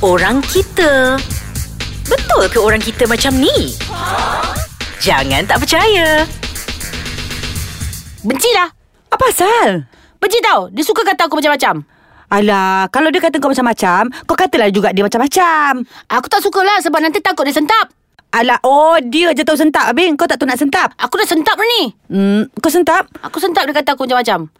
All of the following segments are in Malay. orang kita. Betul ke orang kita macam ni? Jangan tak percaya. Benci lah Apa pasal? Benci tau Dia suka kata aku macam-macam Alah, kalau dia kata kau macam-macam, kau katalah juga dia macam-macam. Aku tak suka lah Sebab nanti takut dia sentap Alah, oh dia je tahu sentap. Abang, kau tak tahu nak sentap. Aku dah sentap dah ni Hmm, kau sentap? Aku sentap dia kata aku macam-macam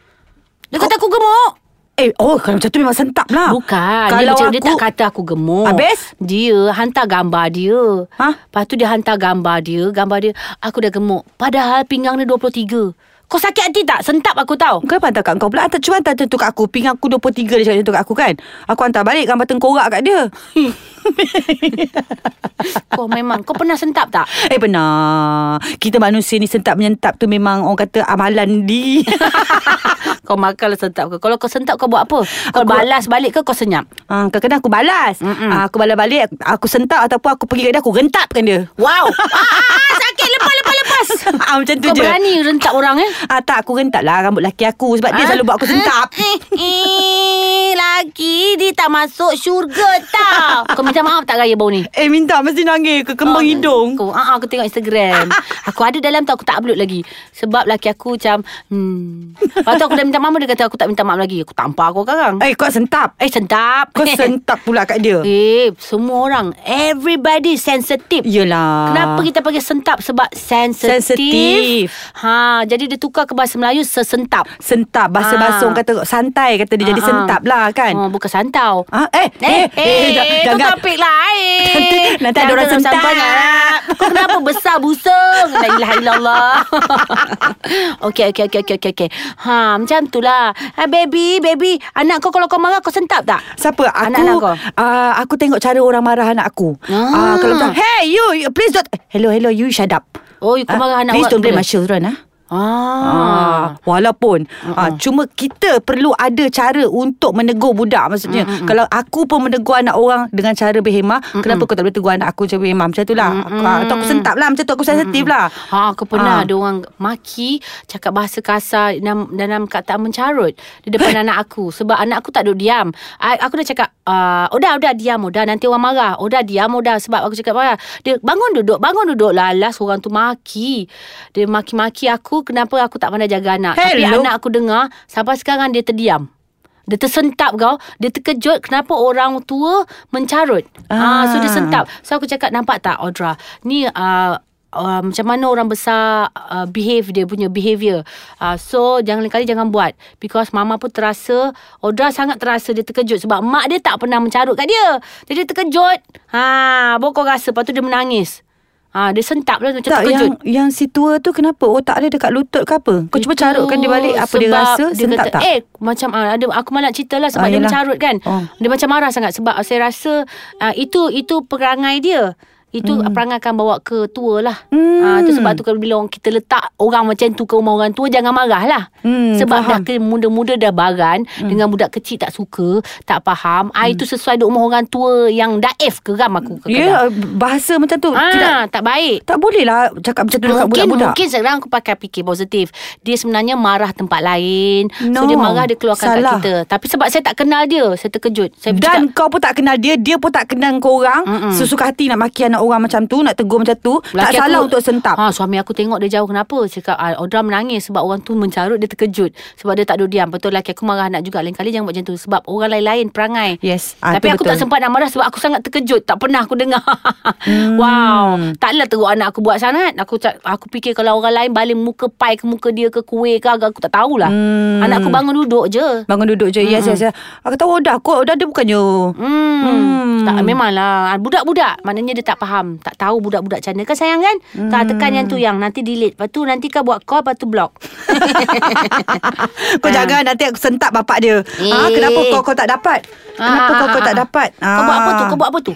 Dia kata aku gemuk Eh, oh kalau macam tu memang sentap lah. Bukan Kalau dia, macam, aku, dia tak kata Ah. aku gemuk Habis? Dia hantar gambar dia Ha? Lepas tu dia hantar gambar dia Gambar dia Aku dah gemuk Padahal pinggang dia 23 Kau sakit hati tak? Sentap aku tau Kenapa hantar kat kau pula? Hantar cuma hantar tu kat aku. Pinggang aku 23 dia cakap macam tu kat aku kan. Aku hantar balik gambar tengkorak kat dia. Kau memang Kau pernah sentap tak? Eh benar. Kita manusia ni sentap menyentap tu memang orang kata amalan di. Kau makan lah sentap ke Kalau kau sentap kau buat apa? Kau balas balik ke kau senyap? Ah, kadang-kadang aku balas. Ah, aku balas balik, aku- aku sentak ataupun aku pergi kat dia aku rentapkan dia. Wow ah, ah, Sakit lepas lepas lepas ah, macam tu Kau je. berani rentak orang eh Ah, tak, aku rentak lah rambut laki aku sebab dia Ah, selalu buat aku ah, sentap. eh, eh, Laki Dia tak masuk syurga tau Kau minta maaf tak raya bau ni? Eh, minta mesti nangis ke kembang hidung. Aku, uh, aku tengok Instagram Aku ada dalam tu Aku tak upload lagi Sebab laki aku macam hmm. Lepas tu aku dah minta mama Dia kata aku tak minta maaf lagi Aku tampar kau sekarang Eh, kau sentap. Eh sentap Kau sentap pula kat dia. Eh semua orang Everybody sensitive Yelah. Kenapa kita panggil sentap? Sebab sensitif. Sensitif. Ha, jadi dia tukar ke bahasa Melayu sesentap. Sentap Bahasa-bahasa Ah. orang kata Santai kata dia jadi Ah, ah. sentap lah kan Oh, bukan santau. ah, Eh Eh, eh, jang- eh, itu topik lain. Nanti- nanti ada orang Jangan sentap. sampai nak. Kau kenapa besar busung? La ilaha illallah. okey, okey, okey, okey, okey. Okay. Ha, macam tu lah. Ha, baby, baby. Anak kau kalau kau marah kau sentap tak? Siapa? Aku Anak-anak kau? ah, Aku tengok cara orang marah anak aku Ah. ah. Kalau macam Hey you, you Please don't Eh, Hello hello you shut up Oh, you kau Ah, marah anak awak Please lah. don't blame my boleh? children ah. Ah. Ah, walaupun ah, cuma kita perlu ada cara untuk menegur budak maksudnya. Mm, Kalau aku pun menegur anak orang dengan cara berhemah, kenapa kau tak boleh tegur anak aku macam berhemah macam itulah. Mm, Aku, ah, atau aku sentap lah macam tu aku sensitif lah. Ha, aku pernah Ah. ha. ada orang maki cakap bahasa kasar dalam, dalam kataan mencarut di depan anak aku sebab anak aku tak duduk diam. I, aku dah cakap, uh, "Oda, oda diam, oda nanti orang marah. Oda diam, oda" sebab aku cakap marah. Dia bangun duduk, bangun duduk lah. Last orang tu maki. Dia maki-maki aku kenapa aku tak pandai jaga anak. Tapi Hello. anak aku dengar sampai sekarang dia terdiam. Dia tersentap kau Dia terkejut Kenapa orang tua Mencarut ah. So dia sentap So aku cakap Nampak tak Audra Ni uh, Uh, macam mana orang besar uh, behave dia punya behaviour. Uh, so jangan lain kali jangan buat because mama pun terasa Audra sangat terasa dia terkejut sebab mak dia tak pernah mencarut kat dia. Jadi dia terkejut. Ha, baru kau rasa lepas tu dia menangis. Ha, dia sentap lah macam tak terkejut. yang yang si tua tu kenapa otak dia dekat lutut ke apa? Kau cuba Itu carutkan dia balik apa dia sebab rasa sentap kata, tak? Eh macam ah, ada Aku malah cerita lah Sebab Ah, dia yelah. mencarut kan Oh. Dia macam marah sangat Sebab ah, saya rasa ah, Itu itu perangai dia itu hmm. perangai akan bawa ke tua lah Hmm. Ah, Itu sebab tu kalau bila orang kita letak Orang macam tu ke rumah orang tua Jangan marah lah Hmm, Sebab faham. Hmm. dah ke muda-muda dah baran Dengan budak kecil tak suka Tak faham ah, Itu sesuai dengan umur orang tua Yang daif geram aku kadang-kadang. Ya, bahasa macam tu ah, tidak Tak baik tak boleh lah cakap macam tu dekat mungkin, budak-budak. Mungkin sekarang aku pakai fikir positif. Dia sebenarnya marah tempat lain. So No. dia marah dia keluarkan Salah. kat kita. Tapi sebab saya tak kenal dia, saya terkejut. Saya Dan bercakap, kau pun tak kenal dia Dia pun tak kenal kau orang Mm-mm. Sesuka hati nak maki anak orang macam tu Nak tegur macam tu Tak laki salah untuk sentap Ha, suami aku tengok dia jauh kenapa. Cakap ah, Audra menangis sebab orang tu mencarut dia terkejut. Sebab dia tak duduk diam. Betul laki aku marah anak juga. Lain kali jangan buat macam tu. Sebab orang lain-lain perangai. Yes ah, Tapi tu aku betul. tak sempat nak marah sebab aku sangat terkejut. Tak pernah aku dengar. hmm. Wow. Taklah teruk anak aku buat sangat. Aku ca- aku fikir kalau orang lain balik muka pai ke muka dia ke kuih ke agak aku tak tahulah. Hmm. Anak aku bangun duduk je. Bangun duduk je Yes yes yes Aku tahu dah kot Dah dia bukannya Hmm. Hmm. hmm. Tak memanglah budak-budak maknanya dia tak faham, tak tahu budak-budak macam mana kan sayang kan? Hmm. Tak tekan yang tu yang nanti delete. Lepas tu nanti kau buat call lepas tu block. Kau jangan nanti aku sentap bapak dia ah, Eh. Kenapa kau kau tak dapat Ah, Kenapa kau ah, kau ah, tak ah. dapat Kau buat apa tu? Ah. Kau buat apa tu?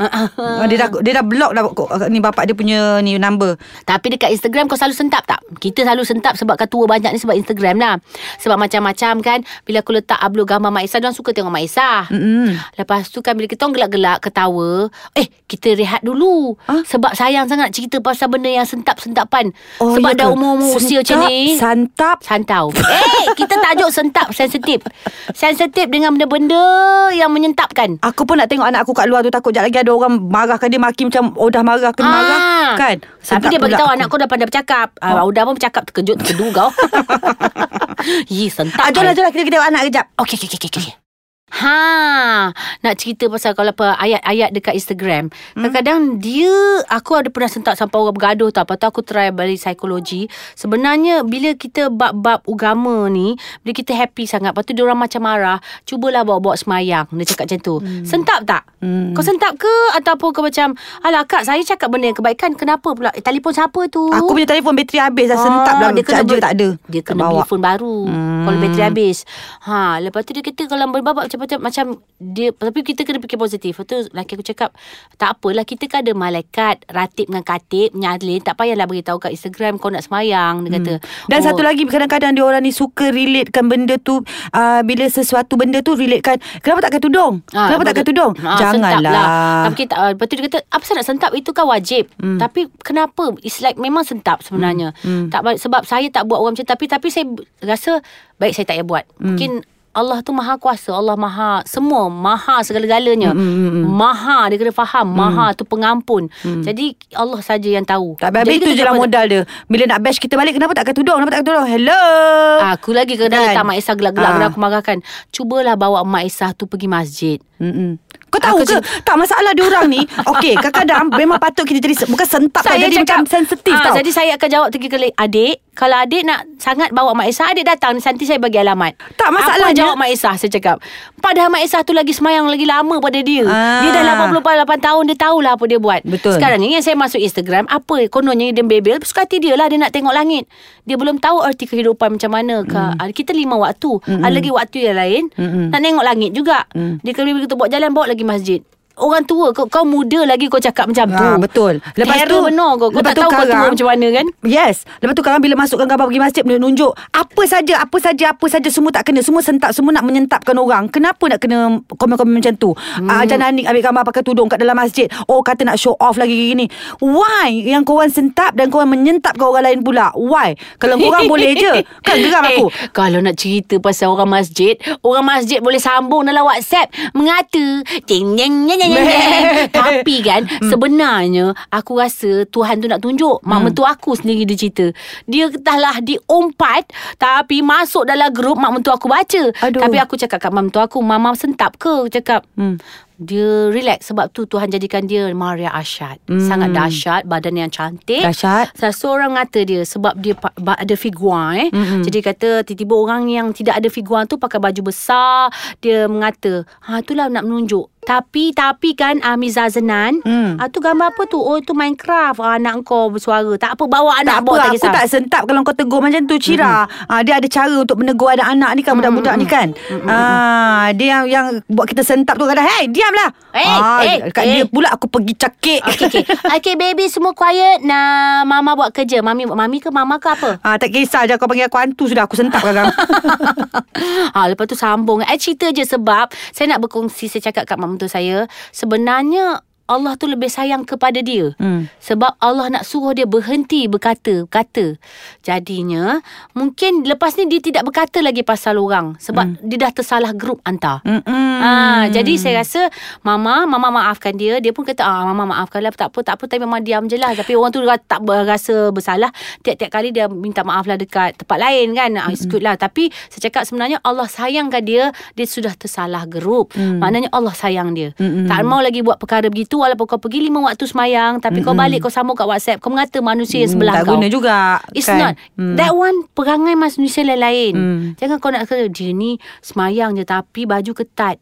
Ah, Dia dah dia dah block dah ko- ni bapak dia punya ni number. Tapi dekat Instagram kau selalu sentap tak? Kita selalu sentap sebab kat tua banyak ni sebab Instagram lah. Sebab macam-macam kan. Bila aku letak upload gambar Mak Isah, diorang suka tengok Mak Isah. Hmm. Mm-hmm. Lepas tu kan bila kita orang gelak-gelak ketawa, eh kita rehat dulu. Ah? Sebab sayang sangat cerita pasal benda yang sentap-sentapan. Oh, sebab ya dah ke? umur-umur usia macam Sentap, ni. Santap. Santau Eh kita tajuk sentap Sensitif Sensitif dengan benda-benda Yang menyentapkan Aku pun nak tengok anak aku kat luar tu takut jap lagi ada orang marahkan dia maki macam oh dah marah kena Ah. marah kan. Tapi Sentap dia pula Oh. bagi tahu aku. anak kau dah pandai bercakap. Ah, Udah pun bercakap terkejut terkedu kau. Ye, sentak. Ah, jomlah, jomlah. Kita kita tengok anak kejap. Okey, okey, okey, okey. Ha, nak cerita pasal kalau apa ayat-ayat dekat Instagram. Kadang-kadang dia aku ada pernah sentak sampai orang bergaduh tau. Lepas tu aku try balik psikologi. Sebenarnya bila kita bab-bab agama ni, bila kita happy sangat, lepas tu dia orang macam marah, cubalah bawa-bawa semayang. Dia cakap macam tu. Sentap tak? Kau sentap ke ataupun kau macam, "Alah kak, saya cakap benda yang kebaikan, kenapa pula? Eh, telefon siapa tu?" Aku punya telefon bateri habis dah sentap Ah, dah. dia kena Charger beli- tak ada. Dia Tak kena beli bawa. phone baru hmm. Kalau bateri habis ha, Lepas tu dia kata Kalau berbabak macam macam macam dia Tapi kita kena fikir positif Lepas tu laki aku cakap Tak apalah Kita kan ada malaikat Ratib dengan katib Nyalin Tak payahlah beritahu kat Instagram Kau nak semayang Dia kata Dan oh. satu lagi kadang-kadang dia orang ni suka relatekan benda tu uh, bila sesuatu benda tu relatekan kenapa tak pakai tudung? Ah, kenapa tak pakai tudung? Janganlah. Lah. Tapi kita, ah, lepas tu dia kata apa saya nak sentap itu kan wajib. Hmm. Tapi kenapa? It's like memang sentap sebenarnya. Hmm. Tak ba- sebab saya tak buat orang macam tapi tapi saya b- rasa baik saya tak payah buat. Hmm. Mungkin Allah tu maha kuasa Allah maha Semua Maha segala-galanya Hmm, mm, mm, mm. Maha Dia kena faham mm. Maha tu pengampun mm. Jadi Allah saja yang tahu Hmm. Tak Jadi habis itu kita je lah tak- modal dia. Bila nak bash kita balik kenapa tak pakai tudung? Kenapa tak pakai tudung? Hello. Ah, Aku lagi kena Kan? letak Mak Isah gelak-gelak Ah. Kena aku marahkan Cubalah bawa Mak Isah tu pergi masjid Mm-mm. Kau Ah. tahu Aku ke Tak masalah diorang ni Okey kadang-kadang Memang patut kita jadi se- Bukan sentap tau Jadi macam sensitif Ah, tau Jadi saya akan jawab tiga kali Adik Kalau adik nak sangat bawa Mak Isah Adik datang Nanti saya bagi alamat Apa Tak, masalahnya- jawab Mak Isah Saya cakap Padahal Mak Isah tu lagi semayang Lagi lama pada dia Ah. Dia dah 88 tahun Dia tahulah apa dia buat Betul. Sekarang ni yang saya masuk Instagram Apa kononnya dia bebel Suka hati dia lah Dia nak tengok langit Dia belum tahu erti kehidupan macam mana Kak. Hmm. Ah, Kita lima waktu mm Ada lagi waktu yang lain mm Nak tengok langit juga Hmm. mm. Dia kena kita buat jalan Bawa lagi masjid Orang tua kau, kau muda lagi kau cakap macam tu Ah, betul. Lepas Terror tu benar kau Kau lepas tak tahu kau tua sekarang- macam mana kan Yes Lepas tu sekarang bila masukkan gambar pergi masjid dia Nunjuk Apa saja Apa saja Apa saja semua tak kena Semua sentak Semua nak menyentapkan orang Kenapa nak kena Komen-komen macam tu hmm. ah, Jangan Anik ambil gambar pakai tudung Kat dalam masjid Oh kata nak show off lagi gini Why Yang korang sentap Dan korang menyentapkan orang lain pula Why Kalau korang boleh je Kan geram Eh, aku Kalau nak cerita pasal orang masjid Orang masjid boleh sambung dalam whatsapp Mengata Ting nyeng nyeng nyeng nyeng, nyeng. Tapi kan Hmm. Sebenarnya Aku rasa Tuhan tu nak tunjuk Mak mentua aku sendiri dia cerita Dia telah diumpat Tapi masuk dalam grup Mak mentua aku baca Aduh. Tapi aku cakap kat mak mentua aku Mama sentap ke? Aku cakap hmm. Dia relax Sebab tu Tuhan jadikan dia Maria Ashad hmm. Sangat dahsyat Badan yang cantik Eh, Dahsyat. Salah seorang kata dia sebab dia pa- ba- ada figua eh. Mm-hmm. Jadi kata tiba-tiba orang yang tidak ada figua tu pakai baju besar, dia mengata, "Ha itulah nak menunjuk." Tapi tapi kan Amiza Zenan, mm. ah, tu gambar apa tu? Oh tu Minecraft. Ah, anak kau bersuara. Tak apa bawa anak tak bawa apa, aku tak sentap kalau kau tegur macam tu Cira. Mm-hmm. Ah, dia ada cara untuk menegur anak-anak ni kan budak-budak ni kan. Ah, dia yang yang buat kita sentap tu kadang hey diamlah. Eh, ah, eh, kat eh. dia pula aku pergi cakik. Okay, okay. okay baby semua quiet Nah Mama buat kerja Mami mami ke mama ke apa Ah, tak kisah je kau panggil aku hantu sudah aku sentap kadang. ha, Lepas tu sambung I cerita je sebab Saya nak berkongsi Saya cakap kat mak mentua saya Sebenarnya Allah tu lebih sayang kepada dia Hmm. Sebab Allah nak suruh dia berhenti berkata Kata Jadinya Mungkin lepas ni dia tidak berkata lagi pasal orang Sebab dia dah tersalah grup hantar Mm-mm. Ah, jadi saya rasa mama mama maafkan dia. Dia pun kata ah mama maafkan lah tak apa tak apa tapi mama diam je lah. Tapi orang tu ra- tak berasa bersalah. Tiap-tiap kali dia minta maaf lah dekat tempat lain kan. Ah, it's Hmm. good lah. Tapi saya cakap sebenarnya Allah sayangkan dia. Dia sudah tersalah gerub. Hmm. Maknanya Allah sayang dia. Tak mau lagi buat perkara begitu walaupun kau pergi lima waktu semayang tapi kau balik kau sambung kat WhatsApp. Kau mengata manusia yang sebelah Hmm, tak kau. guna juga. It's not kan? hmm. That one Perangai manusia lain-lain hmm. Jangan kau nak kata Dia ni semayang je Tapi baju ketat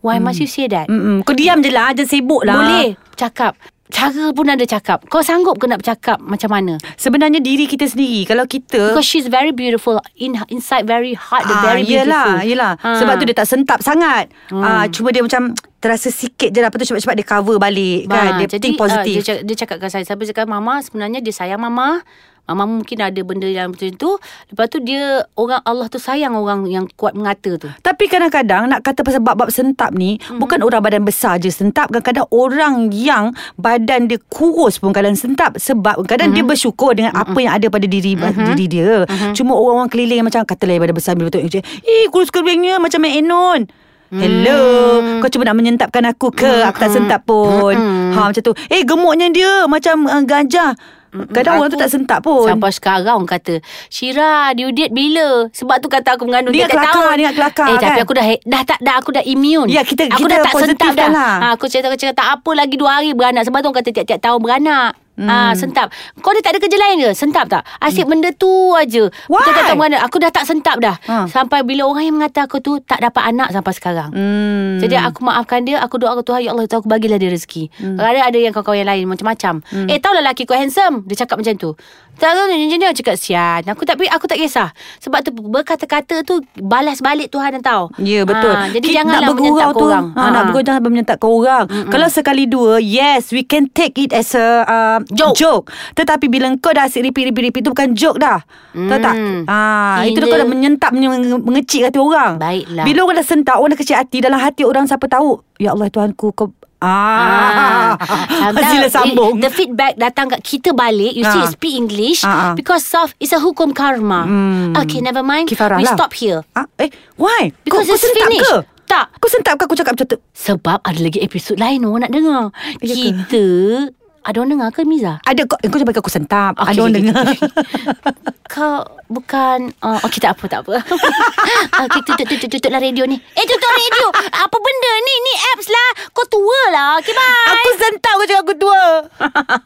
Why must you say that Mm-mm. Kau diam je Hmm. lah Jangan sibuk lah Boleh cakap cara pun ada cakap. Kau sanggup ke nak bercakap macam mana? Sebenarnya diri kita sendiri Kalau kita Because she's very beautiful in inside very hard, ah, very beautiful. yelah, lah. yelah. Ah. Sebab tu dia tak sentap sangat hmm. ah, Cuma dia macam Terasa sikit je lah Lepas tu cepat-cepat dia cover balik kan? Dia jadi, think ah, positif dia, cakap, dia cakap kat saya Sampai cakap Mama sebenarnya dia sayang Mama Mama mungkin ada benda yang macam tu Lepas tu dia Orang Allah tu sayang orang yang kuat mengata tu Tapi kadang-kadang nak kata pasal bab-bab sentap ni mm-hmm. bukan orang badan besar je sentap kadang-kadang orang yang badan dia kurus pun kadang sentap sebab kadang mm-hmm. dia bersyukur dengan mm-hmm. apa yang ada pada diri mm-hmm. diri dia. Mm-hmm. Cuma orang-orang keliling macam katalah yang badan besar bila betul eh kurus keringnya macam Mek Enon. Hello Kau cuba nak menyentapkan aku ke Aku tak sentap pun Ha macam tu Eh gemuknya dia Macam uh, gajah Kadang orang tu tak sentap pun Sampai sekarang orang kata Syira you date bila Sebab tu kata aku mengandung Dia dia tak kelakar, tahu dia kelakar Eh tapi kan? aku dah Dah tak dah aku dah immune Ya, kita- Aku kita dah tak positif sentap dah dah lah. ha, Aku cerita aku cakap tak apa lagi dua hari beranak Sebab tu orang kata tiap-tiap tahun beranak Hmm. Ah, sentap. Kau ni tak ada kerja lain ke? Sentap tak? Asyik hmm. benda tu aja. Why? Bukan tak tahu beranak. Aku dah tak sentap dah. Ha. Sampai bila orang yang mengata aku tu tak dapat anak sampai sekarang. Hmm. Jadi aku maafkan dia Aku doa ke Tuhan Ya Allah Tuhan aku bagilah dia rezeki hmm. Kadang ada yang kawan-kawan yang lain Macam-macam hmm. Eh tahu lah lelaki kau handsome Dia cakap macam tu Tak tahu dia dia cakap Sian Aku tak aku tak kisah Sebab tu berkata-kata tu Balas balik Tuhan yang tahu Ya betul ha, Jadi Kita janganlah Ah. nak bergurau menyentap tu, orang ha, Nak bergurau jangan menyentap ke orang Mm-mm. Kalau sekali dua Yes we can take it as a uh, Joke. joke Tetapi bila kau dah asyik repeat-repeat-repeat Itu bukan joke dah Tahu tak ha, Itu dah Mm. Gila. kau dah menyentap menye- Mengecil hati orang Baiklah. Bila orang dah sentak Orang dah kecil hati Dalam hati orang siapa tahu Ya Allah Tuhanku kau Ah, ah. Kadang Sila i- sambung The feedback datang kat kita balik You see Ah. speak English Ah, ah. Because of It's a hukum karma Hmm. Okay never mind Kifarah We lah. stop here ah, Eh why Because kau, kau it's sentap finished. ke Tak. Kau sentap ke aku cakap macam tu Sebab ada lagi episod lain orang nak dengar. Ya ke? Kita ada orang dengar ke Miza? Ada kau, eh, kau jangan bagi aku sentap Okey, Ada orang okey, dengar okey, Kau bukan uh, Okey tak apa tak apa Okey tutup, tutup, tutuplah radio ni Eh tutup radio Apa benda ni Ni apps lah Kau tua lah Okay bye Aku sentap kau cakap aku tua